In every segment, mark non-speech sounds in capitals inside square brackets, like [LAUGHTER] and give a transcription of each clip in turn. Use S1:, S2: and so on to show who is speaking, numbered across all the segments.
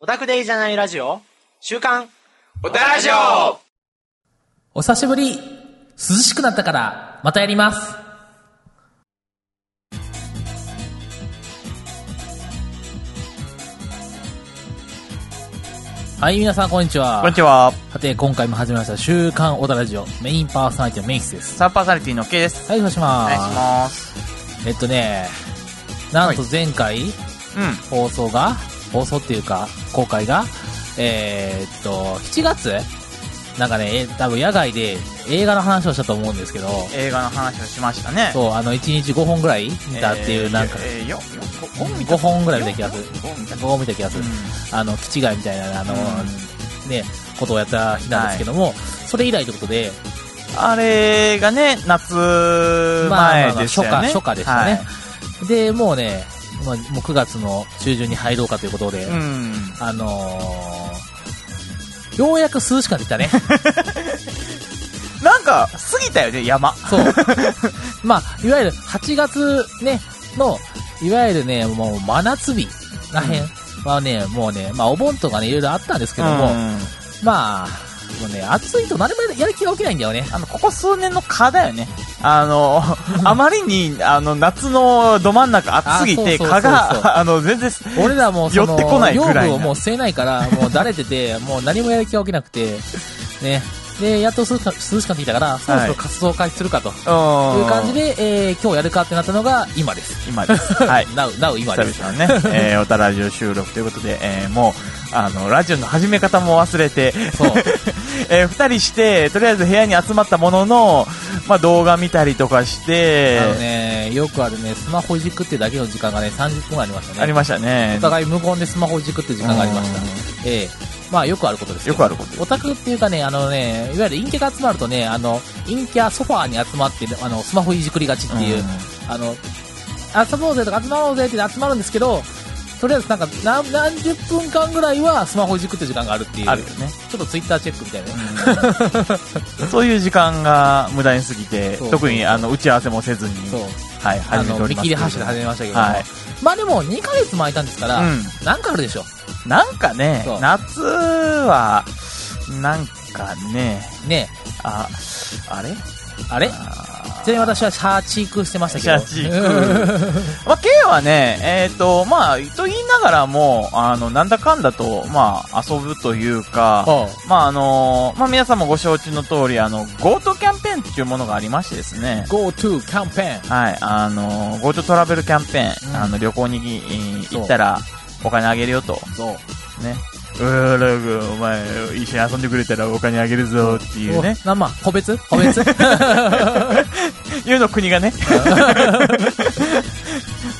S1: オタクでいいじゃないラジオ週刊
S2: おたらじょ
S3: お久しぶり涼しくなったから、またやりますはい、皆さん、こんにちは。
S4: こんにちは。
S3: さて、今回も始めました、週刊オタラジオ、メインパーソナリティのメイキスです。
S4: サーパーソナリティの K です。
S3: はい、お願いし
S4: お
S3: ま
S4: 願い
S3: す。
S4: します。
S3: えっとね、なんと前回、
S4: う
S3: 放送が、放送っていうか、公開が、えーっと、7月なんかね、え多分野外で映画の話をしたと思うんですけど、
S4: ん。映画の話をしました [LAUGHS] ね。
S3: そう、あの、1日5本ぐらい見
S4: えー
S3: たっていう、なんか、
S4: えーよ、よ、
S3: 5本ぐらい見た気がする。
S4: 5見た
S3: 5本見た気がする。あの、キチガイみたいな、あの、ね、ことをやった日なんですけども、それ以来ということで、
S4: あれがね、夏前でしたよね。
S3: 初夏、初夏でしたね。
S4: はい
S3: で、もうね、まあ、もう9月の中旬に入ろうかということで、
S4: うん。
S3: あのーようやく涼しくなってきたね。
S4: なんか、過ぎたよね、山。
S3: そう。 [LAUGHS] まあ、いわゆる8月ね、の、いわゆるね、もう真夏日らへんはね、もうね、まあお盆とかね、いろいろあったんですけども、
S4: うん
S3: まあ、もうね、暑いと何もやる気が起きないんだよね。
S4: あの、ここ数年の蚊だよね。あの、あまりに、あの、夏のど真ん中暑すぎ
S3: あそう
S4: て、
S3: そう
S4: 蚊
S3: そうそう
S4: が、あの、全然、
S3: 俺らもその、
S4: [LAUGHS] 寄ってこないぐらいな
S3: 養分をもう吸えないから、もうだれてて、 [LAUGHS] もう何もやる気が起きなくて、ね。で、やっと涼しく涼しくなってきたから、そろそろ活動開始するかと。
S4: うん。
S3: いう感じ、で、えー、今日やるかってなったのが今です。
S4: 今です。はい。
S3: なう、なう今
S4: 久
S3: です。 [LAUGHS]
S4: 々のね、えー、おたラジオ収録ということで、えー、もう、あの、ラジオの始め方も忘れて、
S3: そう。
S4: えー、二人して、とりあえず部屋に集まったものの、まあ、動画見たりとかして、
S3: あ
S4: あ
S3: のね、よくあるね、スマホいじくってだけの時間がね、30分ありましたね。
S4: りましたね
S3: お。互い無言でスマホいじくって時間がありました
S4: うん。
S3: ええまあよくあることです
S4: よくあること
S3: オタクっていうかね、あのね、いわゆる陰キャが集まるとね、あの、陰キャソファーに集まって、あの、スマホいじくりがちっていう、あの、遊ぼうぜとか集まろうぜって集まるんですけど、とりあえずなんか何何十分間ぐらいはスマホいじくって時間があるっていう。
S4: あるよね。
S3: ちょっとツイッターチェックみたいなね。
S4: そういう時間が無駄に過ぎて
S3: そう、
S4: 特にあの打ち合わせもせずに、
S3: そう。
S4: はい、
S3: あ
S4: 始めて
S3: の、
S4: おり
S3: 見
S4: ますけ
S3: 切り
S4: れども。
S3: 発車で始めましたけども。
S4: はい。
S3: まあでも2ヶ月も空いたんですから、
S4: うん。
S3: なんかあるでしょ。
S4: なんかね
S3: そう、
S4: 夏は、なんかね、
S3: ね
S4: あ、あれ
S3: あれ
S4: あ
S3: ちなみに私はシャーチークしてましたけど。
S4: シャチー [LAUGHS] ク。まあ、K はね、えっ、と、まあ、と言いながらも、あの、なんだかんだと、まあ、遊ぶというか、
S3: は
S4: まあ、あの、まあ、皆さんもご承知の通り、あの、GoTo キャンペーンっていうものがありましてですね
S3: あ、GoTo キャンペーン。
S4: はい、あの、GoTo トラベルキャンペーン、
S3: うん
S4: あの、旅行にぎ
S3: そう
S4: 行ったら、お金あげるよと、
S3: そう。
S4: ね。うーらぐ、お前、一緒に遊んでくれたらお金あげるぞっていうね、
S3: お。なまあ、個別
S4: [LAUGHS]
S3: 個別
S4: いうの国がね、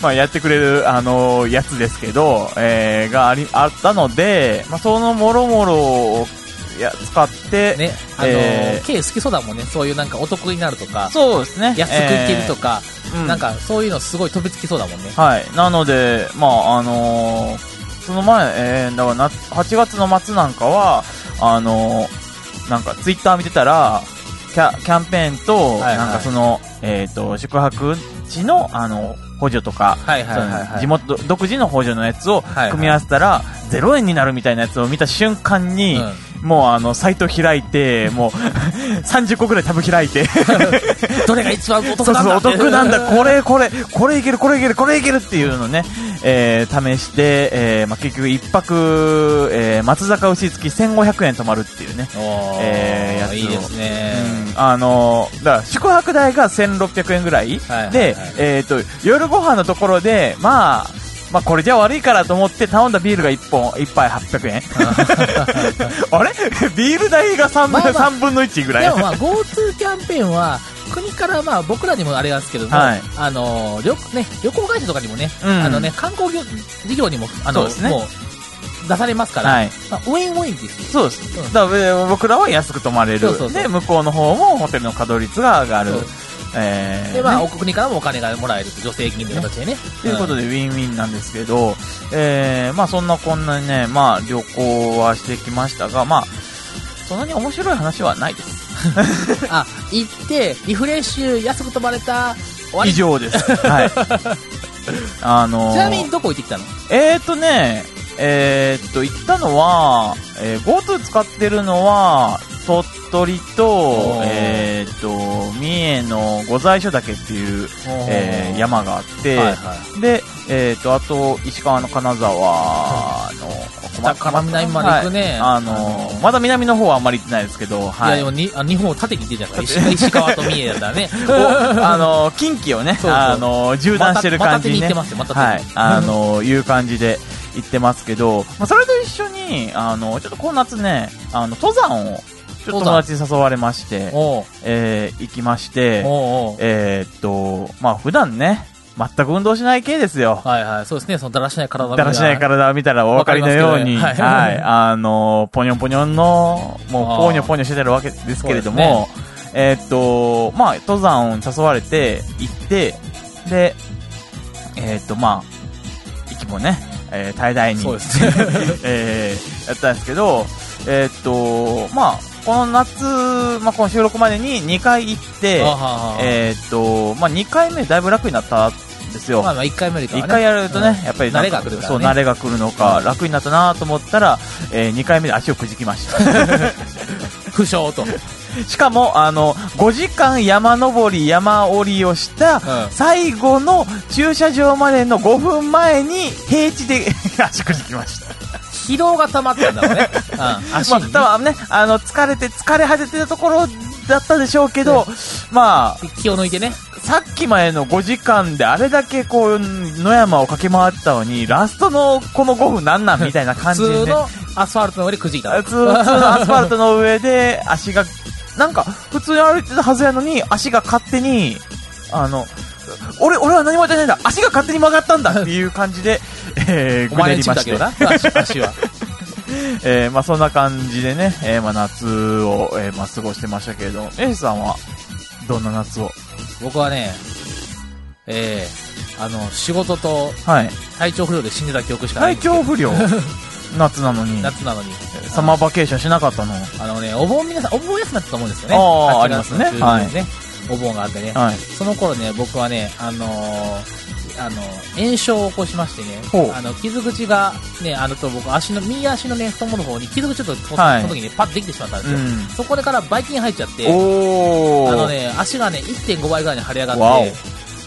S4: まあやってくれる、あのやつですけど、えー、があり、あったので、まあそのもろもろをや使って、
S3: ね。あのー、
S4: えー
S3: K 好きそうだもんね。そういうなんかお得になるとか、
S4: そうですね。
S3: 安く行けると
S4: か、
S3: か、
S4: うん
S3: なんかそういうのすごい飛びつきそうだもんね。
S4: はい。なので、まあ、あのーその前、えー、だからな、8月の末なんかは、あのーなんか、ツイッター見てたら、キャキャンペーンと、
S3: はいはい
S4: なんかその、えっ、と、宿泊地の、あの、補助とか、
S3: はいはいはいはい
S4: その地元独自の補助のやつを
S3: はいはい
S4: 組み合わせたら、0円になるみたいなやつを見た瞬間に、もうあの、サイト開いて、もう、30個くら [LAUGHS] いタブ開い
S3: [LAUGHS]
S4: て、
S3: うん。どれが一番お得
S4: そう
S3: なん
S4: そう、
S3: だ
S4: お得なんだ、
S3: れ。
S4: これ、これ、これいける、これいける、これいけるっていうのをね、えー試して、えーまあ、結局一泊、えー松坂牛付き1500円泊まるっていうね。
S3: おー、
S4: えーやつを
S3: いいですね。
S4: うんあのーだから宿泊代が1600円ぐらい、
S3: はいはいはい
S4: で、えっ、と、夜ご飯のところで、まあ、まあこれじゃ悪いからと思って頼んだビールが1本、1杯800円。
S3: [LAUGHS]
S4: あれビール代が 3,
S3: まあまあ
S4: 3分の1ぐらい。
S3: でもまあ GoTo キャンペーンは国からまあ僕らにもあれなんですけども、
S4: はい
S3: あの旅ね、旅行会社とかにもね、
S4: うん
S3: あのね観光業事業にも
S4: そ
S3: あの
S4: うですね
S3: もう出されますから、
S4: はい。
S3: まあ、ウィンウィンですよ。
S4: そうです。
S3: うん
S4: だからえー僕らは安く泊まれる。
S3: そうそうそう
S4: で、向こうの方もホテルの稼働率が上がる
S3: そう。
S4: えー
S3: でまあ、
S4: ね
S3: お国からもお金がもらえると助成金という形でね。
S4: ということで、ウィンウィンなんですけど、えーまあそんなこんなにね、まあ旅行はしてきましたが、まあ、そんなに面白い話はないです。
S3: うんあ、行って、リフレッシュ、安く泊まれた、終わり。
S4: 以
S3: ち [LAUGHS]
S4: 上です。はい。あのー
S3: なみにどこ行ってきたの
S4: えーとね、えーっと、行ったのは、えー GoTo 使ってるのは、鳥取と
S3: おー、
S4: えーっと、三重の御在所岳っていう、えー山があって、
S3: はいはい
S4: で、えーっと、あと、石川の金沢の、
S3: 北から南まで行くね
S4: はいあのーまだ南の方はあんまり行ってないですけど、
S3: い
S4: は
S3: や
S4: い。
S3: でもにあ日本を縦に出てたから石石川と三重だからね
S4: お [LAUGHS] あのー近畿をね、
S3: そうそう
S4: あのー縦断してる感じに、ね
S3: またまた手に行ってますよまた手に
S4: はい、あのーいう感じで行ってますけど、まあ、それと一緒に、あのーちょっとこの夏ね、あの、登山を、ちょっと友
S3: 登山
S4: 達に誘われまして、
S3: [LAUGHS] おう
S4: えー行きまして、
S3: おうおう
S4: えーっと、まあ、普段ね、全く運動しない系ですよ。
S3: はいはいそうですねそのだらしない体
S4: だらしない体を見たらお分かりのように、
S3: わかりますけどねは
S4: はいい、あの、ポニョンポニョンの、もう、ポニョポニョしてるわけですけれども、えーっと、まあ、登山を誘われて、行って、で、えーっと、まあ、息もね、えー、大々
S3: [LAUGHS]
S4: に、
S3: そうですね
S4: えーやったんですけど、えーっと、まあ、この夏、まあ、この収録までに2回行って
S3: あ、はは
S4: えーっと、まあ、2回目だいぶ楽になったんですよ。
S3: まあまあ1回目より
S4: 一
S3: かはね
S4: 回やるとね、
S3: うん
S4: やっぱり
S3: 慣
S4: なん
S3: れが来るからね
S4: そう、慣れが来るのか、楽になったなと思ったら、えー、2回目で足をくじきま
S3: [LAUGHS]
S4: した。
S3: 不詳と
S4: しかも、あの、5時間山登り、山降りをした、
S3: ん
S4: 最後の駐車場までの5分前に、平地で [LAUGHS] 足くじきました。
S3: 疲労が溜まったんだろ
S4: [LAUGHS]
S3: うねうん足
S4: まあ、
S3: にね
S4: 多分ね、あの、疲れて、疲れ果ててたところだったでしょうけど、まあ、
S3: 気を抜いてね
S4: さっきまでの5時間であれだけこう、野山を駆け回ったのに、ラストのこの5分なんなんみたいな
S3: 普
S4: 感じで、ね。
S3: 通のアスファルトの上でくじいた
S4: 普通のアスファルトの上で足が、なんか、普通に歩いてたはずやのに、足が勝手に、あの、俺、俺は何もやってないんだ足が勝手に曲がったんだっていう感じで、えー、
S3: お
S4: ぐね
S3: 前ん
S4: り
S3: ち
S4: ま
S3: だ
S4: し
S3: け
S4: て
S3: ど。な足足は
S4: えー、まあそんな感じでね、えー、まあ夏を、えー、まあ過ごしてましたけれど、エイさんは、どんな夏を
S3: 僕はねえーあの仕事と
S4: はい。
S3: 体調不良で死んでた記憶しかない
S4: 体
S3: んですけど
S4: 調不
S3: [LAUGHS]
S4: 良夏なのに、
S3: 夏なのに
S4: サマーバケーションしなかったの
S3: あのね、お盆皆さん、お盆休みだったと思うんですよね。
S4: ああ
S3: 8
S4: ありますね
S3: 月の中旬にね。お盆があってね。
S4: はい。
S3: その頃ね、僕はね、あのーあの炎症を起こしまして
S4: ほ
S3: ね
S4: う、
S3: あの傷口が、ね、あのと僕、足の右足のね、太ももの方に傷口ちょっとそ
S4: はい
S3: の時にパッとできてしまったんですよ、
S4: うん
S3: そこでからばい菌入っちゃって、
S4: おー。
S3: あのね、足がね、1.5倍ぐらいに腫れ上が
S4: わ
S3: っ
S4: お
S3: て、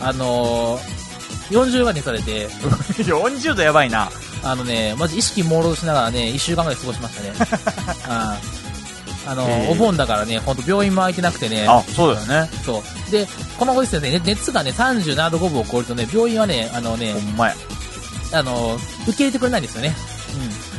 S3: あのー40倍にされて、
S4: 40度やばいな。
S3: あのね、まず意識朦朧としながらね、1週間ぐらい過ごし
S4: [LAUGHS]
S3: ましたね。ああの
S4: へえ
S3: お盆だからね、本当病院も空いてなくてね、
S4: あ、そうだよね。
S3: そう。で、このご時世ね、ね熱がね、37度5分を超えるとね、病院はね、あのね
S4: ほ、んまや。
S3: あの、受け入れてくれないんですよね。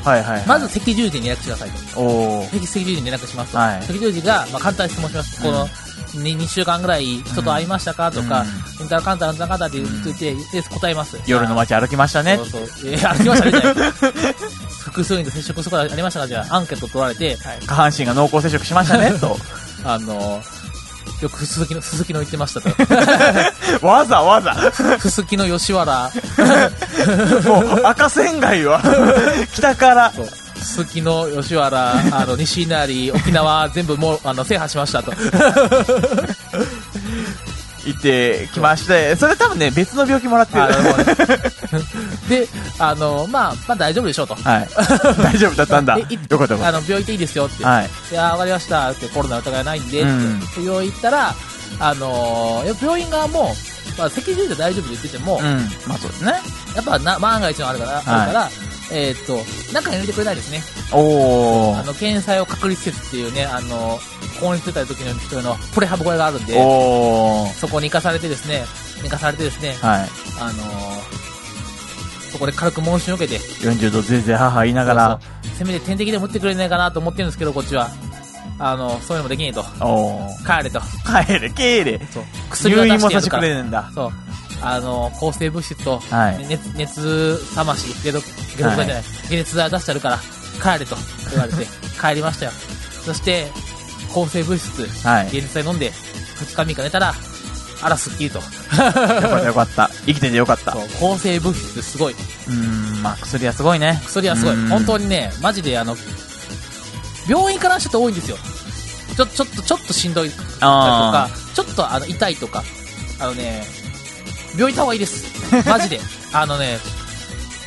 S4: はいはい、はい。
S3: まず、赤十字に連絡してくださいと。
S4: おー。
S3: 赤赤十字に連絡しますと。
S4: はい
S3: 赤十字が、まあ、簡単に質問します。
S4: うん
S3: この、2, 週間ぐらい人と会いましたかとか、うんたらかんたらうんたらかんたらって言って、言って答えます。
S4: 夜の街歩きましたね。
S3: そうそう。えー、歩きましたねじゃない。 [LAUGHS] 複数人と接触することありましたかじゃあ、アンケート取られて、
S4: 下半身が濃厚接触しました
S3: [LAUGHS]
S4: ね、と。
S3: あの、よく鈴木の、鈴木の言ってましたと。 [LAUGHS]
S4: わざわざ、
S3: 鈴木の吉原、
S4: もう赤仙街
S3: [LAUGHS]
S4: は、北から、
S3: そう鈴木の
S4: [LAUGHS]
S3: 吉原、あの、西成、沖縄、全部もう、あの、制覇し
S4: [LAUGHS]
S3: ましたと。
S4: 行ってきまして、それ多分ね、別の病気もらってる。
S3: あの
S4: は
S3: もうね [LAUGHS] で、あの、まあ、まあ大丈夫でしょうと。
S4: い。 [LAUGHS] 大丈夫だったんだ。
S3: で
S4: よか
S3: い
S4: ったよかった。
S3: あの、病院行っていいですよって。
S4: はい。
S3: いや、わかりましたって、コロナ疑いないんで、って
S4: うん
S3: で病院行ったら、あの、いや病院側も、まあ、赤十字で大丈夫で言ってても、
S4: うん
S3: や。
S4: まあそうですね。
S3: っぱな、万が一のあるから、
S4: はい
S3: あるから、えーっと、中に入れてくれないですね。
S4: お
S3: あ
S4: ー。
S3: の、検査用隔離施設っていうね、あの、購入してた時の人のプレハブ小屋があるんで、
S4: おー。
S3: そこに行かされてですね、行かされてですね、
S4: はい。
S3: あのー、そこで軽く問診を受けて、
S4: 40度ぜいぜい母言いながら、
S3: そうそうせめて点滴でも打ってくれないかなと思ってるんですけど、こっちは。あの、そういうのもできねえと。
S4: おー。
S3: 帰れと。
S4: 帰れ、帰れ。
S3: そう。薬は
S4: 入
S3: 出
S4: 院
S3: し
S4: も
S3: てや
S4: さ
S3: る
S4: せて
S3: か
S4: くれ
S3: ら。
S4: ねえんだ。
S3: そう。あの、抗生物質と、
S4: はい
S3: 熱、熱冷まし、解毒、解毒剤じゃない、解熱剤出してやるから、帰れと言われて、
S4: [LAUGHS]
S3: 帰りましたよ。そして、抗生物質、
S4: はい。
S3: 解熱剤飲んで、2日3日寝たら、あら、すっきりと。
S4: よかったよかった。生きててよかった。
S3: そうう抗生物質すごい。
S4: ーん、まあ薬はすごいね。
S3: 薬はすご
S4: う
S3: い。
S4: ん
S3: 本当にね、マジであの、病院からちょっと多いんですよ。ちょ、ちょっと、ちょっとしんどいとか
S4: あ、
S3: ちょっとあの痛いとか、
S4: [LAUGHS]
S3: あのね、病院行った方がいいです。マジで。あのね、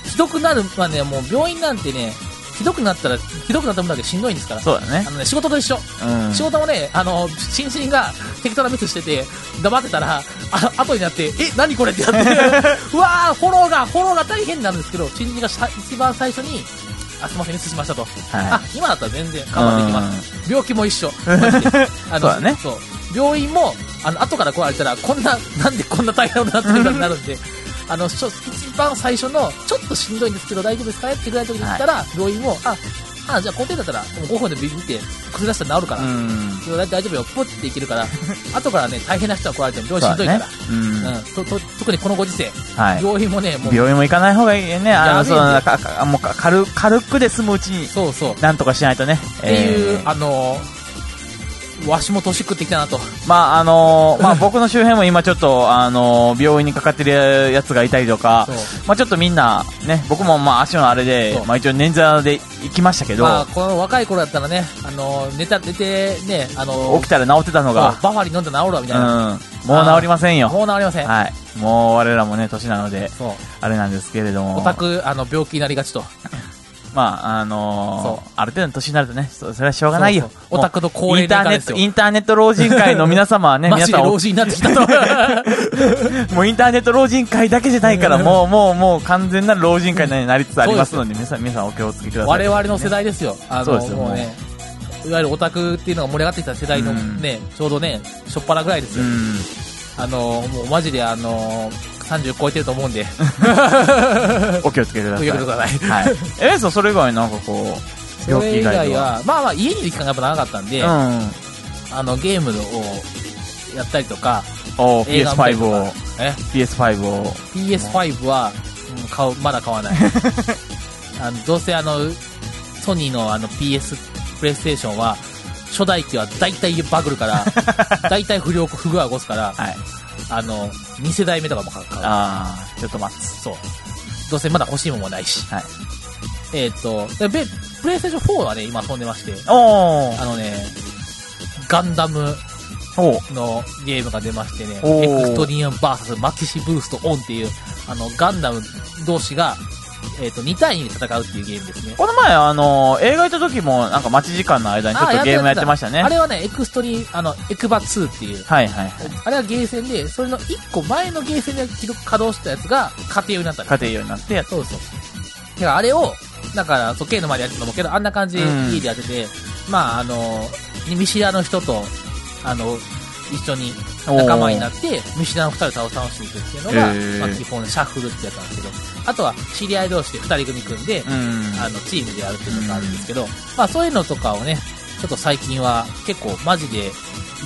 S3: ひどくなる、まあね、もう病院なんてね、ひどくなったら、ひどくなった分だけしんどいんですから。
S4: そうだね
S3: あ。のね、仕事と一緒。
S4: うん。
S3: 仕事もね、あの、新人が適当なミスしてて、黙ってたら、あ後になって、え、何これって
S4: [LAUGHS]
S3: やって、うわー、フォローが、フォローが大変になるんですけど、新人がさ一番最初に、あ、すみません、ミスしましたと。あ、今だったら全然我慢できます。病気も
S4: [LAUGHS]
S3: 一緒。マジであの
S4: そうだね
S3: そう。病院も、あの、後から来られたら、こんな、なんでこんな大変なことになってるんだってな
S4: [LAUGHS]
S3: るんで、あの、しょ一番最初の、ちょっとしんどいんですけど、大丈夫ですかってぐらいの時に言ったら、病院も、あ、あ、じゃあ、この程度だったら、5分で見て、崩出したら治るから、
S4: うん。
S3: 大丈夫よ、ポッていける
S4: [LAUGHS]
S3: から、後からね、大変な人が来られても病院しんどいから。
S4: うん。
S3: うん、とと特にこのご時世、
S4: はい。
S3: 病院もね、もう、
S4: 病院も行かない方がいいよね。あ
S3: やべえ
S4: の、
S3: ね
S4: そうなんか、かもうか軽く、軽くで済むうちに、
S3: そうそう、っ
S4: なんとかしないとね。
S3: ていう、
S4: えー
S3: あのーわしも年食ってきたなと、
S4: まあ、あのーまあ、僕の周辺も今ちょっと、あのー病院にかかってるやつがいたりとか
S3: そう、
S4: まあ、ちょっとみんな、ね、僕もまあ、足のあれで
S3: そ、う
S4: まあ、一応捻挫で行きましたけど、
S3: まあ、この若い頃だったらね、あのー寝た、寝て、ね、あのー
S4: 起きたら治ってたの
S3: そ
S4: が
S3: う、バファリン飲んで治るわみ
S4: う
S3: たい
S4: ん
S3: な、、
S4: もう治りませんよ。
S3: もう治りません。
S4: はい。もう我らもね、年なので、
S3: そう
S4: あれなんですけれども。
S3: オタク、あの、病気になりがちと。
S4: まあ、あのーある程度の年になるとね、そそれはしょうがないよ
S3: そう。そうオタクの高
S4: イ
S3: 齢
S4: ンター
S3: 年
S4: ネ
S3: 間で
S4: ッ
S3: す
S4: ト、
S3: よ
S4: インターネット老人会の皆様はね、
S3: [LAUGHS] マ
S4: 皆
S3: ジで
S4: さん、
S3: 老人になって
S4: [LAUGHS]
S3: きたと。
S4: もうインターネット老人会だけじゃないから、
S3: [LAUGHS]
S4: もう、もう、もう完全な老人会になりつつありますので、皆さん、皆さんお気をつけください。
S3: [LAUGHS] 我々の世代ですよ。あの
S4: そうですよ
S3: もうね、いわゆるオタクっていうのが盛り上がってきた世代の
S4: うん
S3: ね、ちょうどね、しょっぱなぐらいです
S4: う
S3: よ。
S4: ん。
S3: あの、もうマジであの、30超えてると思う
S4: [LAUGHS]
S3: んで、 [LAUGHS]
S4: お気をつけくださ
S3: とい
S4: い。
S3: うことでございます。
S4: はい。 [LAUGHS] えー、そう、それ以外なんかこう、
S3: そ
S4: 病気
S3: れ
S4: 以
S3: 以
S4: 外
S3: 外
S4: では。
S3: は、まあまあ家にいる時間がやっぱ長かったんで、
S4: うん。
S3: あの、ゲームをやったりとか、
S4: お
S3: 映画見たり
S4: PS5
S3: とか
S4: を、
S3: え
S4: PS5 を。
S3: PS5 は、うん買うまだ買わ
S4: [LAUGHS]
S3: ないあのどうせあのソニーのあの PS プレイステーションは初代機は大体バグるから
S4: [LAUGHS]
S3: 大体不良不具合起こすから
S4: はい。
S3: あの2世代目とかも買う買う
S4: あー、ちょっと待つ。
S3: そうどうせまだ欲しいもんもないし
S4: はい。
S3: えーっ、とでべプレイステーション4はね今遊んでまして
S4: おー。
S3: あのねガンダム
S4: おー。
S3: のゲームが出ましてね、
S4: おー
S3: エクストリアム VS マキシブーストオンっていう、あの、ガンダム同士が、えっ、と、2対2で戦うっていうゲームですね。
S4: この前、あの映画行った時も、なんか待ち時間の間にちょっとゲームやってましたね。
S3: あ
S4: はい
S3: れはね、エクストリ、あの、エクバ2っていう、
S4: はいはい。
S3: あれはゲーセンで、それの1個前のゲーセンで記録稼働したやつが家庭用になったの
S4: 家庭用になってやっ
S3: そうそう。だからあれを、だから、そう、K の前でやってたと思うけど、あんな感じで
S4: うん
S3: 家でやってて、まあ、あの、見知らぬ人と、あの、一緒に仲間になって、見知らぬ二人を倒していくっていうのが、
S4: へー
S3: まあ、基本シャッフルってやつなんですけど、あとは知り合い同士で二人組組んで、
S4: うん。
S3: あの、チームでやるっていうのがあるんですけど、まあ、そういうのとかをね、ちょっと最近は結構マジで、1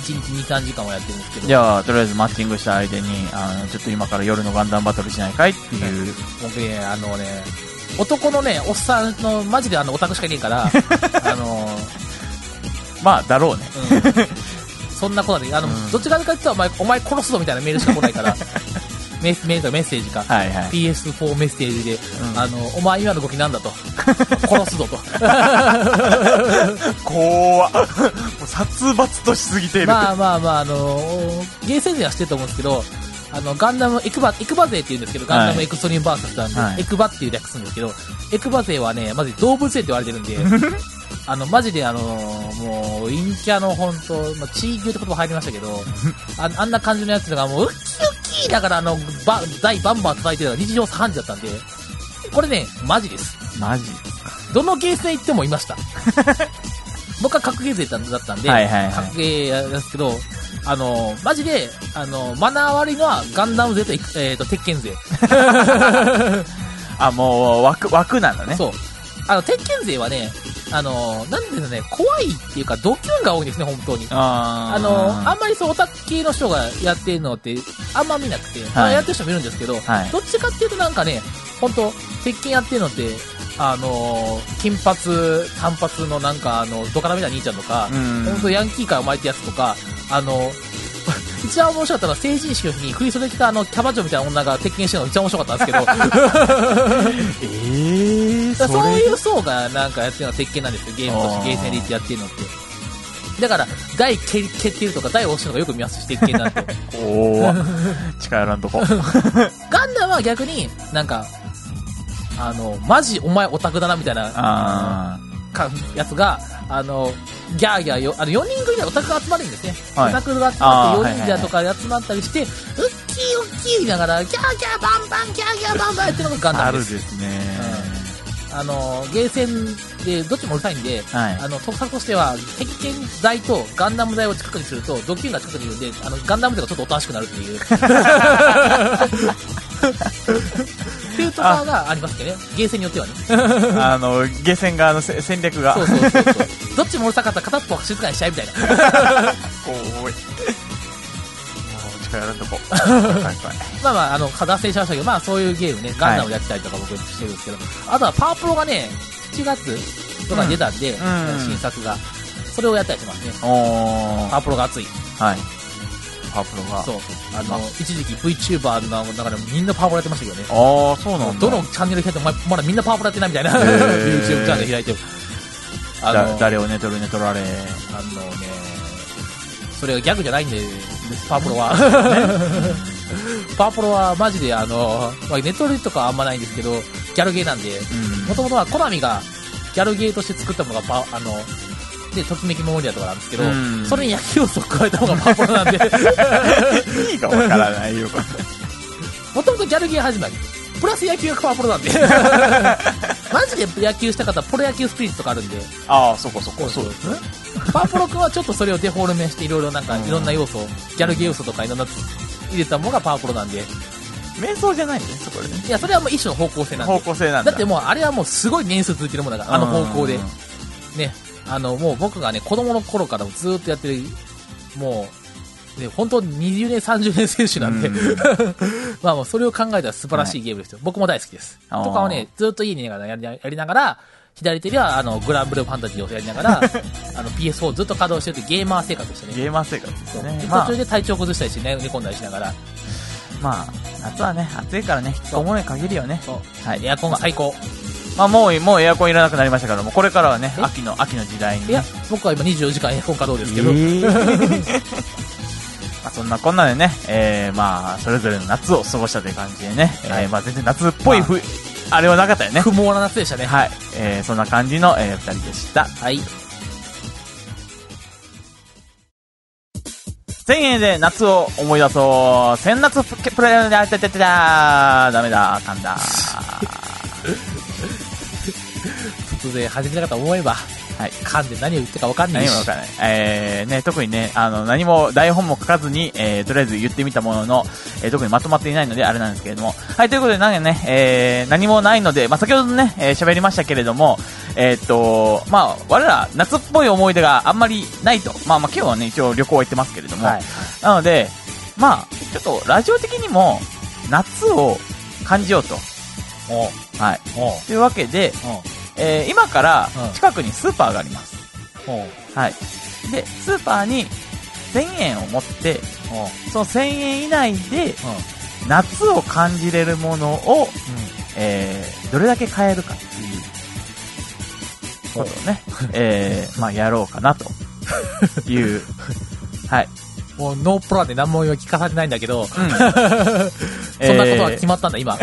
S3: 日2、3時間はやってるんですけど、
S4: じゃあ、とりあえずマッチングした相手に、あの、ちょっと今から夜のガンダムバトルしないかいっていう。
S3: 僕ね、あのね、男のね、おっさんの、マジであの、オタクしかいね
S4: [LAUGHS]
S3: えから、あの、
S4: まあ、だろうね。
S3: うん、そんなことで、あの、
S4: うん
S3: どっちらかというと、お前、お前殺すぞみたいなメールしか来ない
S4: [LAUGHS]
S3: から、メッメールとかメッセージか、
S4: はいはい。
S3: PS4 メッセージで、
S4: うん
S3: あの、お前今の動きなん
S4: [LAUGHS]
S3: だと、殺すぞと。
S4: 怖 [LAUGHS] もう殺伐としすぎて
S3: まあまあまあ、あの、ゲーセンではしてると思うんですけど、あの、ガンダム、エクバ、エクバ勢って言うんですけど、ガンダム
S4: はい
S3: エクストリームバーサスなんで、
S4: はい
S3: エクバっていう略するんですけど、エクバ勢はね、まず動物性って言われてるん
S4: [LAUGHS]
S3: で、あの、マジであのもう、陰キャの本当まあ、地域って言葉入りました
S4: [LAUGHS]
S3: けど、ああんな感じのやつがもう、ウッキウッキーだからあの、ば、大バンバン叩いてるのが日常茶飯事だったんで、これね、マジです。
S4: マジ
S3: どのゲーセン行ってもい
S4: [LAUGHS]
S3: ました。僕は格ゲー勢だったんで、
S4: はいはいはい
S3: 格ゲーなんですけど、あの、マジで、あの、マナー悪いのはガンダム勢と、えーと、鉄拳勢。
S4: あ、もう、枠、枠なんだね。
S3: そう。あの、鉄拳勢はね、あの、なんていうのね、怖いっていうか、ドキュンが多いですね、本当に。
S4: あ
S3: あの、あんまりそう、オタク系の人がやってるのって、あんま見なくて、まあやってる人もいるんですけど、
S4: はい
S3: どっちかっていうとなんかね、本当鉄拳やってるのって、あのー金髪、短髪のなんか、あの、ドカラみたいな兄ちゃんとか、
S4: うん
S3: 本当ヤンキー界お前ってやつとか、あの、 [LAUGHS] 一番面白かったのは成人式の日に振り袖着たあのキャバ嬢みたいな女が鉄拳してるのが一番面白かったんですけど、
S4: えー、[LAUGHS]
S3: だ
S4: そ
S3: からそう
S4: れ
S3: いう層がなんかやってるのは鉄拳なんですよ、ゲームとして、ゲーセンで行ってやってるのって。だから、台蹴り蹴ってるとか、台押してるとかよく見ますし、鉄拳なんて。
S4: [LAUGHS] おー、近寄らんとこ。
S3: ガンダムは逆に、なんか、あの、マジお前オタクだなみたいな
S4: あ
S3: かやつが、あの、ギャーギャーよ、あの、4人組でオタクが集まるんですね。
S4: はい
S3: オタクが集ま
S4: あー
S3: って、
S4: はい
S3: 4人じゃとかで集まったりして、ウッキーウッキー言いながら、ギャーギャーバンバン、ギャーギャーバンバンやってるのがガン
S4: あ、
S3: ダ
S4: あ
S3: ム
S4: る
S3: です。
S4: ですね。
S3: あの、ゲーセンでどっちもうるさいんで、
S4: はい。
S3: あの、特策としては、敵剣台とガンダム台を近くにすると、ドッキリが近くにいるんで、あの、ガンダム台がちょっとおとなしくなるっていう。っていうとかがありますけどね。ゲーセンによってはね。
S4: [LAUGHS] あの、下船側のせ戦略が。 [LAUGHS]
S3: そうそうそうそう。どっちもうるさかったら片っぽは静かにしちゃえみたいな。
S4: おーい。もう力やらんと
S3: [LAUGHS]
S4: こ。はいはい
S3: まあまあ、あの、話しちゃいましたけど、まあそういうゲームね、ガンダムやったりとか僕してるんですけど、あとはパワープロがね、7月とかに出たんで、
S4: んうん
S3: 新作が。それをやったりしますね。
S4: お
S3: パ
S4: ー。
S3: ワープロが熱い。
S4: はい。パープロが。
S3: そう。あ
S4: まあ
S3: の、一時期 VTuber の中でもみんなパワプロやってましたけどね。
S4: ああ、そうなんだ。
S3: どのチャンネル開いても、お前まだみんなパワプロやってないみたいな。
S4: へー
S3: YouTube チャンネル開いても。あの、
S4: だ誰を寝取る寝取られ。
S3: あのね、それがギャグじゃないんで、パワプ
S4: [LAUGHS]
S3: ロは。パワプロはマジで、あの、まあ、ネットでとかはあんまないんですけど、ギャルゲーなんで、
S4: うん
S3: もともとはコナミがギャルゲーとして作ったのがパ、あの、で、ときめきモモリアとかなんですけど、
S4: うん
S3: それに焼き要素を加えたのがパワプロなんで、
S4: [LAUGHS] 意味がわからないよ。
S3: もともとギャルゲー始まり。プラス野球がパワプロ
S4: [LAUGHS]
S3: なんで。マジで野球した方はプロ野球スピリッツとか [LAUGHS] あるんで。
S4: ああ、そこそこ。
S3: そうですね。パワプロ君はちょっとそれをデフォルメしていろいろなんか
S4: うん
S3: いろんな要素を、ギャルゲー要素とかいろんな入れたものがパワプロなんで。
S4: 瞑想じゃないんです、これね。
S3: いや、それはもう一種の方向性なん
S4: 方
S3: で。
S4: 向性なん
S3: だ
S4: だ。
S3: ってもうあれはもうすごい年数続いてるものだから、あの方向で
S4: うん。
S3: ね。あの、もう僕がね、子供の頃からずーっとやってる、もう、ね、本当に20年、30年選手なんで、
S4: う
S3: [LAUGHS] まあもうそれを考えたら素晴らしいゲームですよ。僕も大好きです。
S4: あー
S3: とかをね、ずーっといいねやりなやりながら、左手ではあのグランブルーファンタジーをやりな
S4: [LAUGHS]
S3: がら、あの PS4 をずっと稼働してるっていうゲーマー生活でしたね。
S4: ゲーマー生活です
S3: そう
S4: ね
S3: で。
S4: ま
S3: 途
S4: あ
S3: 中、で体調崩したりして、ね、寝込んだりしながら、
S4: まあ、夏はね、暑いからね、おもろい限りよね。
S3: そう
S4: はい。
S3: エアコンが最高。
S4: まあ、もう、もうエアコンいらなくなりましたから、もうこれからはね、
S3: え
S4: 秋の、秋の時代に
S3: い
S4: ね。
S3: や、僕は今24時間エアコン稼働ですけど、
S4: [LAUGHS] まあ、そんなこんなでね、えー、まあ、それぞれの夏を過ごしたという感じでね、
S3: はい
S4: えーまあ、全然夏っぽいふ、あれはなかったよね。
S3: 不毛な夏でしたね。
S4: はい。えー、そんな感じの、えー、二人でした。
S3: はい。
S4: 1000円で夏を思い出そう。千夏プレゼントであてててだダメだ、かんだ。
S3: 突然始めなかったと思えば、
S4: はい
S3: 噛んで何を言ってか分かんない
S4: 何
S3: し
S4: もわからない。えー、ね、特にね、あの、何も台本も書かずに、えー、とりあえず言ってみたものの、えー、特にまとまっていないのであれなんですけれども。はい、ということで、なんかね、えー、何もないので、まあ、先ほどね、えー喋りましたけれども、えーっと、まあ、我ら、夏っぽい思い出があんまりないと。まあ、まあ、今日はね、一応旅行は行ってますけれども。
S3: はい
S4: なので、まあ、ちょっと、ラジオ的にも、夏を感じようと。
S3: おう
S4: はい。
S3: おう
S4: というわけで、
S3: おう
S4: えー、今から
S3: うん、
S4: 近くにスーパーがあります。
S3: おう
S4: はい。で、スーパーに1000円を持って、
S3: おう
S4: その1000円以内で
S3: うん
S4: 夏を感じれるものを、えー、どれだけ買えるかっていうことをね、え
S3: [LAUGHS]
S4: ー、まあやろうかなという。はい。
S3: もうノープランで何も聞かされないんだけ
S4: [LAUGHS]
S3: ど、
S4: うん。
S3: そんなことが決まったん
S4: [LAUGHS]
S3: だ、今。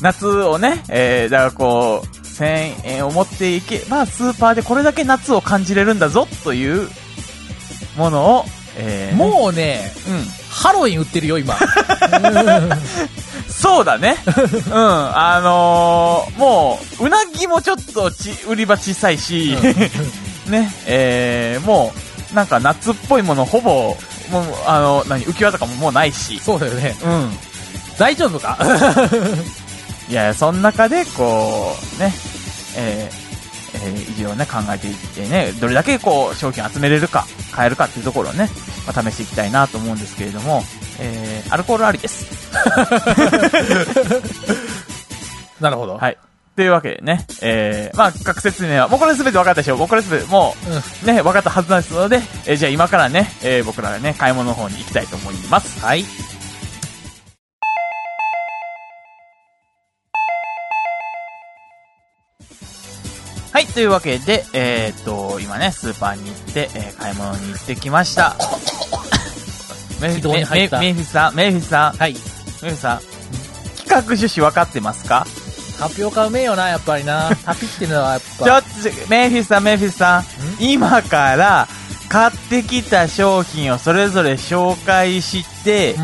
S4: 夏をね、えー、だからこう、1000円を持っていけば、スーパーでこれだけ夏を感じれるんだぞというものを、えー、
S3: もうね、
S4: う、うん。
S3: ハロウィン売ってるよ、今。
S4: そうだね。うん。あのーもう、うなぎもちょっとち、売り場小さいし、ね、えー、もう、なんか夏っぽいものほぼ、もう、あの、何、浮き輪とかももうないし、
S3: [LAUGHS] そうだよね。
S4: うん。
S3: 大丈
S4: [LAUGHS]
S3: 夫か
S4: いやいや、その中で、こう、ね、えー、えー、一応ね、考えていってね、どれだけこう、商品集めれるか、買えるかっていうところをね、まあ、試していきたいなと思うんですけれども、えー、アルコールありです。
S3: なるほど。
S4: はい。というわけでね、えー、まあ、各説明は、もうこれ全て分かったでしょう。もうこれ全て、もう、ね、分かったはずなんですので、えーじゃあ今からね、えー僕らがね、買い物の方に行きたいと思います。
S3: はい。
S4: はい、というわけで、えー、っと、今ね、スーパーに行って、えー買い物に行ってきま
S3: [LAUGHS]
S4: した。メイ
S3: 軌道に入った
S4: メイメイフィスさん、メイフィスさん、
S3: はい。
S4: メイフィスさん、企画趣旨分かってますか
S3: タピオカうめえよな、やっぱりな。タピっていうのはやっぱ。
S4: ちょっと、メンフィスさん、メンフィスさん。今から、買ってきた商品をそれぞれ紹介して、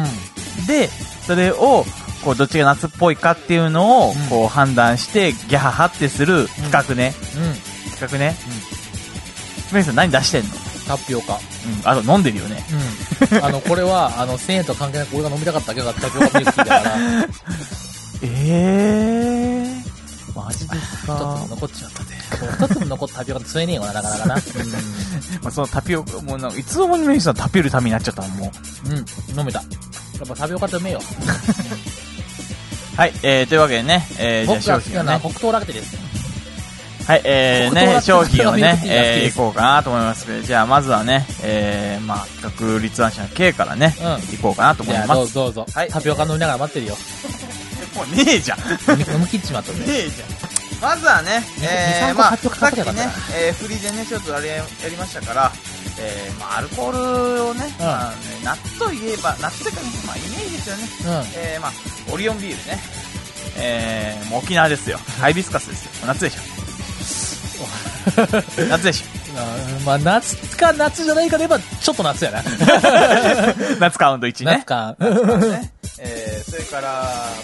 S3: うん。
S4: で、それを、こう、どっちが夏っぽいかっていうのを
S3: うん、
S4: こう、判断して、ギャハハってする企画ね。
S3: うん。
S4: 企画ね。メンフィスさん何出してんの
S3: タピオカ。
S4: うん。あと飲んでるよね。
S3: うん。あの、これは、あの、1000円と関係なく俺が飲みたかったけど、タピオカミルクだから、ち
S4: えー。マジです
S3: ょっ
S4: か
S3: と残っちゃったで。一つも残ったタピオカ吸えねえよな、なかなかな。
S4: [LAUGHS]
S3: [LAUGHS]
S4: まあ、そのタピオカ、もうなんかいつの間にメンフィスさんタピオるためになっちゃったもん、もう。
S3: うん。うん。飲めた。やっぱタピオカってうめえよ。
S4: はい、えー、というわけでね、えー、
S3: 僕
S4: じゃあ
S3: が好
S4: 商
S3: き
S4: 品を
S3: なのは
S4: ね、
S3: 黒糖ラテです。
S4: はい、えー、
S3: 黒糖
S4: ね
S3: ラ、テ
S4: 商品を
S3: [LAUGHS] 黒糖ラ
S4: ね
S3: テ、
S4: えー、いこうかなと思いますけど、じゃあまずはね、えー、まあ、学立案者の K からね、
S3: う
S4: いこうかなと思
S3: じ
S4: い
S3: ゃあ、
S4: ま
S3: どう
S4: す。
S3: ぞどうぞ。
S4: はい
S3: タピオカ飲みながら待ってるよ。
S4: もうねえじゃん。ね
S3: [LAUGHS] 飲み飲み切っちまったんで。
S4: えじゃん。まずはね、えー、
S3: 二三個
S4: まあ、
S3: 買っとく
S4: さ
S3: か
S4: っきね
S3: かけばよかっ、
S4: えー、振りでね、ちょっとあれやりましたから、えー、まあ、アルコールをね、
S3: うん
S4: まあね、夏といえば、夏というかね、まあ、イメージですよね。
S3: うん。
S4: えー、まあ、オリオンビールね。えー、もう沖縄ですよ。ハイビスカスですよ。夏
S3: [LAUGHS]
S4: でしょ。夏でしょ。
S3: うんまあ、夏か夏じゃないかで言えば、ちょっと夏やな。
S4: 夏カウント1
S3: [LAUGHS] 夏
S4: ね。
S3: か。
S4: ね [LAUGHS] えー、それから、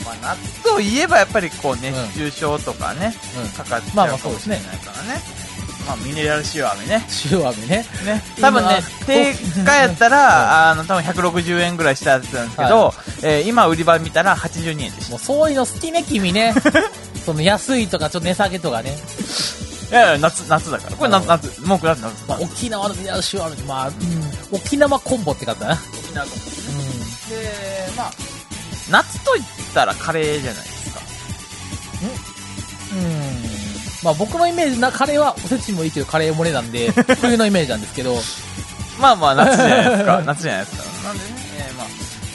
S4: まあ、夏といえばやっぱりこう熱中症とかね、
S3: うん
S4: かかっち
S3: まあ
S4: ゃ
S3: まあ
S4: うかもしれないからね。まあ、ミネラル塩飴ね。
S3: 塩飴ね。
S4: ね、多分ね、
S3: 今
S4: 定価やったら、 [LAUGHS] あの、多分160円ぐらいしたやつなんですけど、えー今売り場見たら82円でした
S3: もうそういうの好きね、君ね。 [LAUGHS] その安いとか、ちょっと値下げとかね。
S4: いやいや、夏、夏だから。これ夏、夏、文句夏、夏。
S3: まあ、沖縄のミネラル塩飴、まあ、うん、沖縄コンボって方な。
S4: 沖縄とでまあ夏といったらカレーじゃないですか
S3: うん。うん。まあ僕のイメージな、カレーはおせちもいいけど、カレー漏れなん
S4: [LAUGHS]
S3: で、冬のイメージなんですけど、
S4: まあまあ夏じゃないです
S3: [LAUGHS]
S4: か夏じゃないですかなんでね、えーまあ、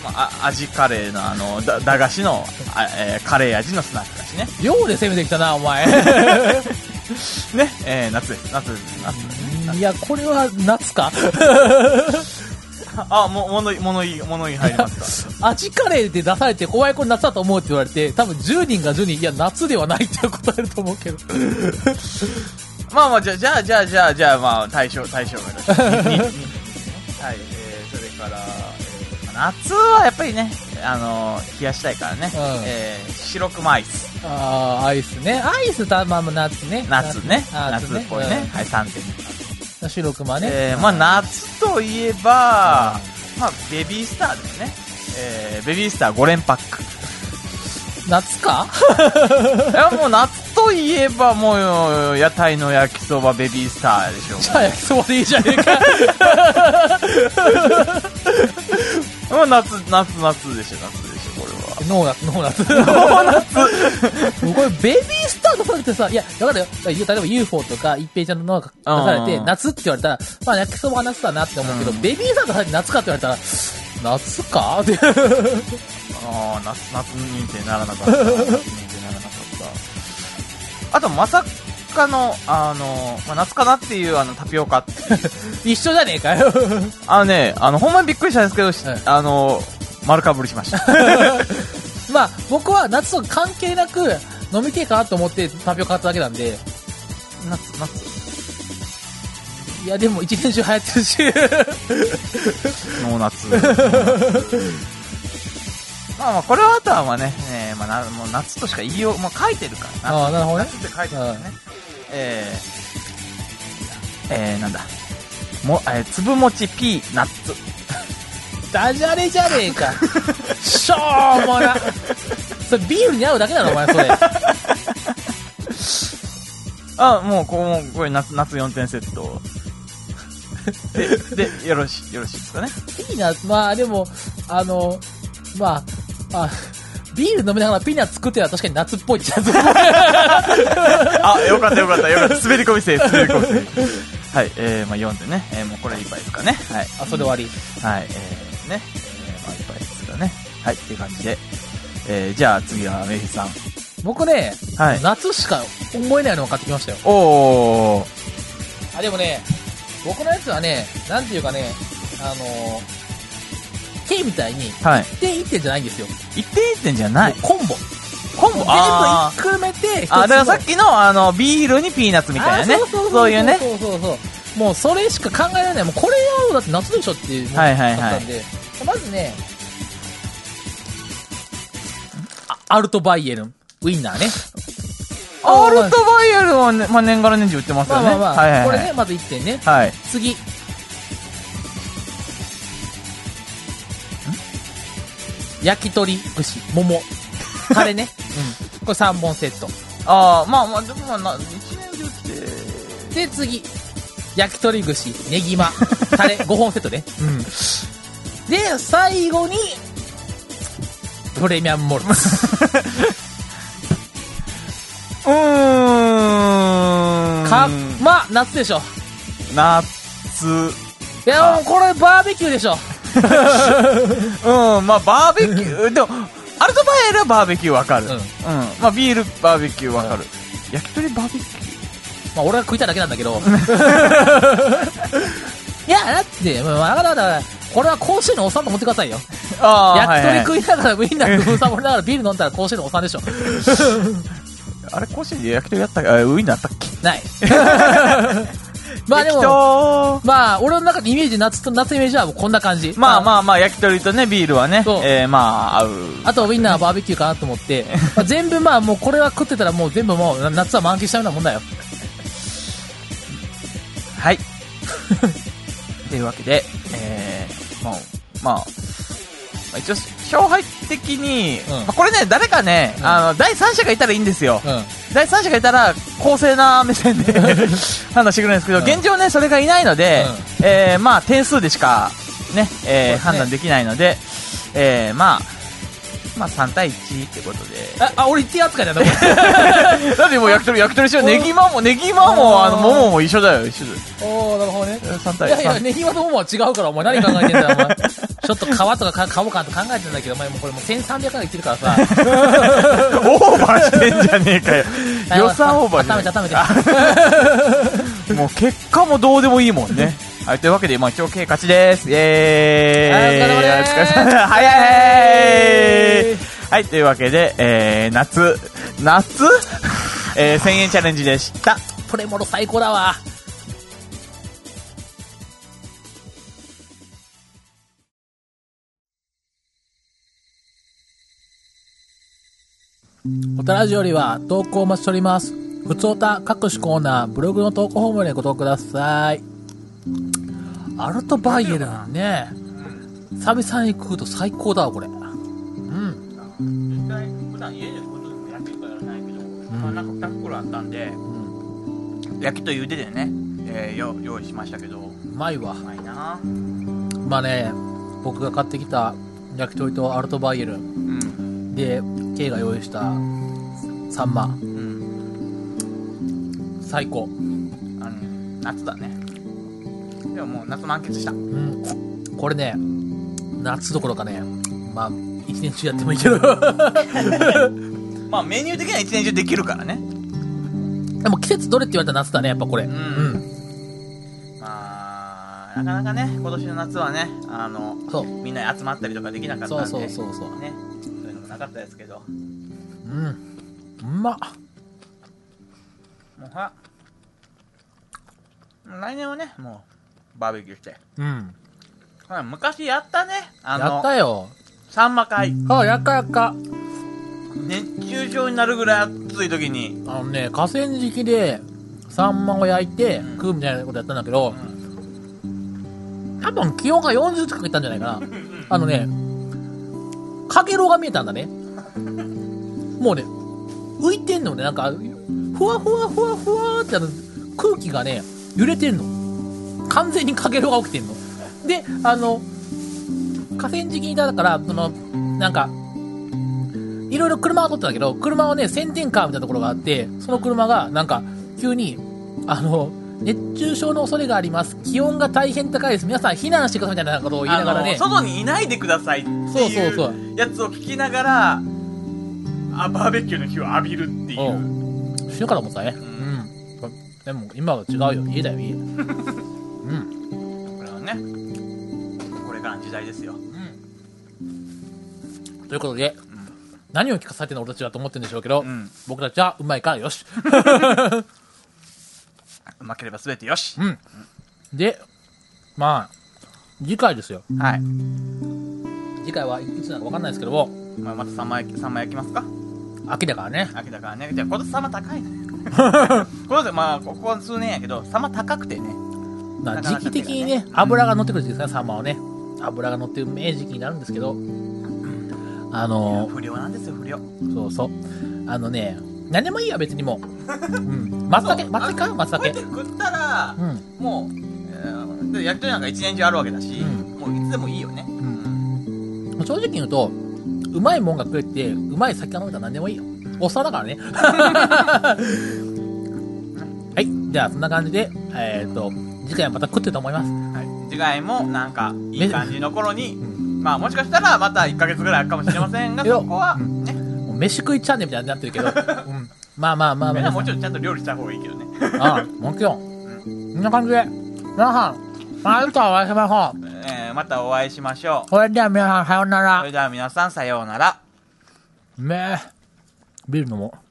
S4: まああ味カレーのあのだ駄菓子のあ、えーカレー味のスナック菓子ね
S3: 量で攻めてきたな、お前。
S4: ね、えー、夏です夏です夏です夏
S3: いや、これは夏か。
S4: あもう物言い物言い物言い入りますか
S3: 味カレーで出されて、お前これ夏だと思うって言われて、多分10人が10人、いや、夏ではないって答えると思うけど。
S4: [LAUGHS] まあまあじゃあじゃあじゃあじゃあじゃあまあ対象対象が
S3: [LAUGHS]
S4: はい、えー、それから、えー夏はやっぱりね、あのー冷やしたいからね、
S3: うん
S4: えー白熊アイス。
S3: ああ、アイスね。アイスたまあまあ夏ね。
S4: 夏ね。
S3: 夏
S4: 夏
S3: ね
S4: っぽいね。はい、3点。
S3: うん白熊ね。
S4: えー、まあ夏といえば、まあベビースターですね。えー、ベビースター5連パ [LAUGHS] ック。
S3: 夏か [LAUGHS]
S4: いや、もう夏といえば、もう、屋台の焼きそばベビースターでしょ
S3: じゃあ焼きそばでいいじゃねえか。
S4: う。もう夏、夏、夏でしょ、夏でしょ、これ
S3: ノーナツ、ノーナツ。ノーナツ。 [LAUGHS] これベビースター出されてさ、いや、だからよ、例えば UFO とか一平ちゃんのが出されて、
S4: うん
S3: 夏って言われたら、まあ焼きそばは夏だなって思うけど、
S4: うん
S3: ベビースター出されて夏かって言われたら、夏か [LAUGHS] って。
S4: は。ああ、夏、夏認定ならなか [LAUGHS] った。夏認定ならなかった。あと、まさかの、あの、まあ、夏かなっていう、あの、タピオカ
S3: 一緒じゃねえかよ。 [LAUGHS]
S4: あのね、あの、ほんまにびっくりしたんですけどし、
S3: はい
S4: あの、丸かぶりしました。 [LAUGHS]
S3: まあ、僕は夏と関係なく、飲みてえかなと思ってタピオカ買っただけなんで、
S4: 夏、夏。
S3: いや、でも一年中流行ってるし。 [LAUGHS]
S4: の夏。まあまあ、これはあとはまあね、えーまあな、もう夏としか言いよう、もう書いてるからな。
S3: ああ、なるほどね。
S4: 夏って書いてるからね。えー、えー、なんだ。も、えー、粒餅ピーナッツ。
S3: ダジャレじゃねえ [LAUGHS] か。しょうもな。それビールに合うだけなのお前それ。
S4: あ、もう、こう、もうこれ夏、夏4点セット。で、で、よろし、よろしいですかね。
S3: ピーナッツ、まあでも、あの、まあ、あ、ビール飲みながらピーナッツ作ってたら確かに夏っぽいっちゃ [LAUGHS] 夏っぽい。
S4: あ、よかったよかったよかった。 [LAUGHS] 滑り込みせ滑り込み [LAUGHS] せはい、えー、まあ4でね、えー、もうこれいっぱいですかね。はい。
S3: あ、それで終わり。
S4: はい、えー、ね、えー、まあいっぱいですかね。はい、っていう感じで。えー、じゃあ次はメイヒさん。
S3: 僕ね、
S4: はい。
S3: 夏しか思えないのを買ってきましたよ。
S4: おー、
S3: あ、でもね、僕のやつはね、なんていうかね、あの、K みたいに、
S4: はい。
S3: 一点一点じゃないんですよ。
S4: 1点1点じゃない。
S3: コンボ。
S4: 昆布
S3: 全部
S4: あー
S3: ひっくるめて、
S4: あ、だからさっ
S3: き
S4: きの、あの、ビールにピーナッツみたいなね。そういうね。
S3: そうそうそう。もうそれしか考えられない。もうこれはだって夏でしょっていうもの
S4: はいはいはい
S3: だったんで。まずね、あアルトバイエルン、ウインナーね。
S4: アルトバイエルはね、まあ、年がら年中売ってますよ
S3: まあ
S4: ね。
S3: まあまあ、
S4: はいはいはい。
S3: これね、まず1点ね。
S4: はい。
S3: 次。焼き鳥串、桃。
S4: [LAUGHS]
S3: タレね。うん。これ3本セット。
S4: ああ、まあまあ、でもまあな、一年中って、
S3: で、次。焼き鳥串、ネギマ、タ
S4: [LAUGHS]
S3: レ5本セットね。
S4: うん。
S3: で、最後に、プレミアムモルツ。
S4: うーん。
S3: か、まあ、夏でしょ。
S4: 夏。
S3: いや、
S4: あ
S3: もうこれバーベキューでしょ。
S4: うん、まあ、バーベキュー、でも、アルトバイエルはバーベキューわかる。
S3: う
S4: うんん。まあ、ビール、バーベキューわかる。焼き鳥バーベキュ
S3: まあ、俺は食いたいだけなんだけ
S4: [LAUGHS]
S3: ど。いや、だって、まあ、まあだから、だからこれは甲子園のおっさんと思ってくださいよ。
S4: ーああ、
S3: 焼き鳥
S4: い。
S3: 食いながらウインナーとふさぼりながらビール飲んだら甲子園のおっさんでし
S4: [LAUGHS]
S3: ょ。
S4: あれ、甲子園で焼き鳥やったか、あウインナーあったっけ
S3: ない。
S4: [LAUGHS]
S3: まあで
S4: 適
S3: も、
S4: 当
S3: まあ、俺の中でイメージ、夏と、夏のイメージはもうこんな感じ。
S4: まあまあまあ、焼き鳥とね、ビールはね
S3: そう、
S4: えー、まあ、合う。
S3: あとウインナーはバーベキューかなと思 [LAUGHS] って、まあ全部まあもうこれは食ってたらもう全部もうな夏は満喫したようなもんだよ。
S4: はい。 [LAUGHS] というわけで、えー、まあ、まあ、まあ一応、勝敗的に、
S3: うん
S4: まあこれね、誰かね、
S3: うん
S4: あの、第三者がいたらいいんですよ。
S3: うん。
S4: 第三者がいたら、公正な目線 [LAUGHS] で判断してくれるんですけど、
S3: うん
S4: 現状ね、それがいないので、えー、まあ、点数でしか、ね、えー
S3: そうですね
S4: 判断できないので、えー、まあ、まあ、3対1ってことで。
S3: あ、あ俺言ってやつかじゃなこれ
S4: [LAUGHS] だってもう焼き鳥、焼き鳥しよう。ネギマも、ネギマも、あの、ももも一緒だよ、一緒だよ。
S3: [LAUGHS] おー、なるほどね。
S4: 3
S3: い
S4: 対
S3: やいや、
S4: [LAUGHS] 3。
S3: ネギマとモモは違うから、お前何考えてんだよ、お [LAUGHS] 前。ちょっと皮とかか買おうかなと考えてんだけど、お前もうこれもう1300円いってるから [LAUGHS] さ。
S4: オーバーしてんじゃねえかよ。予算オーバーじゃ
S3: 温
S4: な
S3: め
S4: い
S3: て温めて。は
S4: もう結果もどうでもいいもん [LAUGHS] ね。はい、というわけで、まあ今日 K 勝ちです。イェーイ。
S3: はいお疲れ様です
S4: お疲 [LAUGHS] れ様早いはい、というわけで、えー、夏、夏 [LAUGHS] えー、1000円チャレンジでした。
S3: プレモロ最高だわ。おたラジオよりは投稿をお待ちしております。ふつおた各種コーナー、ブログの投稿フォームにご投稿ください。アルトバイエルンね。久々に食うと最高だわ、これ。うん。
S4: 普段家で焼きとかやらないけど、まあなんか2袋あったんで、焼きと茹ででね、えー、よ用意しましたけど、う
S3: うまいわ。
S4: まいな
S3: まあね、僕が買ってきた焼き鳥とアルトバイエルン。
S4: うん。
S3: で K が用意したサンマ
S4: うん。
S3: 最高、
S4: あの、夏だね。でももう夏満喫した。
S3: うん、これね夏どころかねまあ一年中やってもいいけど [LAUGHS]
S4: まあメニュー的には一年中できるからね。
S3: でも季節どれって言われたら夏だねやっぱこれ
S4: んまあ、なかなかね、今年の夏はね、あの、
S3: そう
S4: みんなで集まったりとかできなかったん
S3: そう
S4: で、
S3: そうそうそう
S4: ね、そういうのもなかったですけど、
S3: うんうまっ
S4: もうほら、もう来年はね、もう、バーベキューして。
S3: うん
S4: ほら、昔やったね、あ
S3: や
S4: の
S3: っ、たよ
S4: サンマ会。
S3: あやっかやっか
S4: 熱中症になるぐらい暑い時に、
S3: あのね河川敷でサンマを焼いて
S4: ん
S3: 食うみたいなことやったんだけど、多分気温が40近くいったんじゃないかなあのねかげろうが見えたんだねもうね浮いてんのねなんかふわふわふわふわってあの空気がね揺れてんの完全にかげろうが起きてんのであの河川敷にいたからそのなんかいろいろ車が通ってたんだけど、車はね、宣伝カーみたいなところがあって、その車が、なんか、急に、あの、熱中症の恐れがあります。気温が大変高いです。皆さん避難してくださいみたいなことを言い
S4: あ
S3: ながら
S4: の、
S3: ね。
S4: 外にいないでくださいって
S3: そうそ
S4: いう
S3: そう
S4: うやつを聞きながら、あバーベキューの火を浴びるっていうう。
S3: 死ぬから思ったね。うん。でも、今は違うよ。家だよ、家。うん。
S4: これはね、これからの時代ですよ。
S3: ということで、何を聞かされてんの俺たちはと思ってるんでしょうけど、
S4: うん
S3: 僕たちはうまいか
S4: [LAUGHS]
S3: らよし。
S4: うまければ全てよし。
S3: で、まあ、次回ですよ。
S4: はい。
S3: 次回はいつなのかわかんないですけども、
S4: まあ、また3枚、三枚焼きますか
S3: 秋だからね。
S4: 秋だからね。じゃあ、今年様高い
S3: [LAUGHS]
S4: ね。この年、まあ、ここは数年やけど、様高くてね。
S3: まあ
S4: なかな
S3: 時
S4: か
S3: 期的にね、油が乗ってくる時期ですから、サンマはね。油が乗ってる明時期になるんですけど、あの、
S4: 不良なんですよ、不良。
S3: そうそう。あのね、何でもいいよ、別
S4: [LAUGHS]
S3: にもう。うん。松茸、松茸か松
S4: こうやって
S3: 茸。
S4: 食ったら
S3: う、ん。
S4: もう、えーで焼き鳥なんか一年中あるわけだし、
S3: う
S4: もういつでもいいよね。
S3: ん正直言うと、うまいもんが食えて、うまい酒が飲めたら何でもいいよ。おっさんだからね。 [LAUGHS] はい。じゃあ、そんな感じで、えっ、と、次回はまた食ってると思います。
S4: はい、次回もなんかいい感じの頃に、
S3: う
S4: まあもしかしたらまた1ヶ月ぐらいあるかもしれませんが
S3: いや
S4: そこは
S3: うん
S4: ね、
S3: もう飯食いチャンネルみたいになってるけど、うん。まあまあまあ
S4: みんな
S3: まあ。
S4: もうちょっとちゃんと料理した方がいいけどね
S3: ああ、もちろん。こんな感じで、皆さん、またお会いしましょ
S4: え
S3: う。
S4: ーまたお会いしましょう
S3: それでは皆さん、さような
S4: そ
S3: ら
S4: れ。では皆さんさようなら
S3: ねえ、ビール飲もう。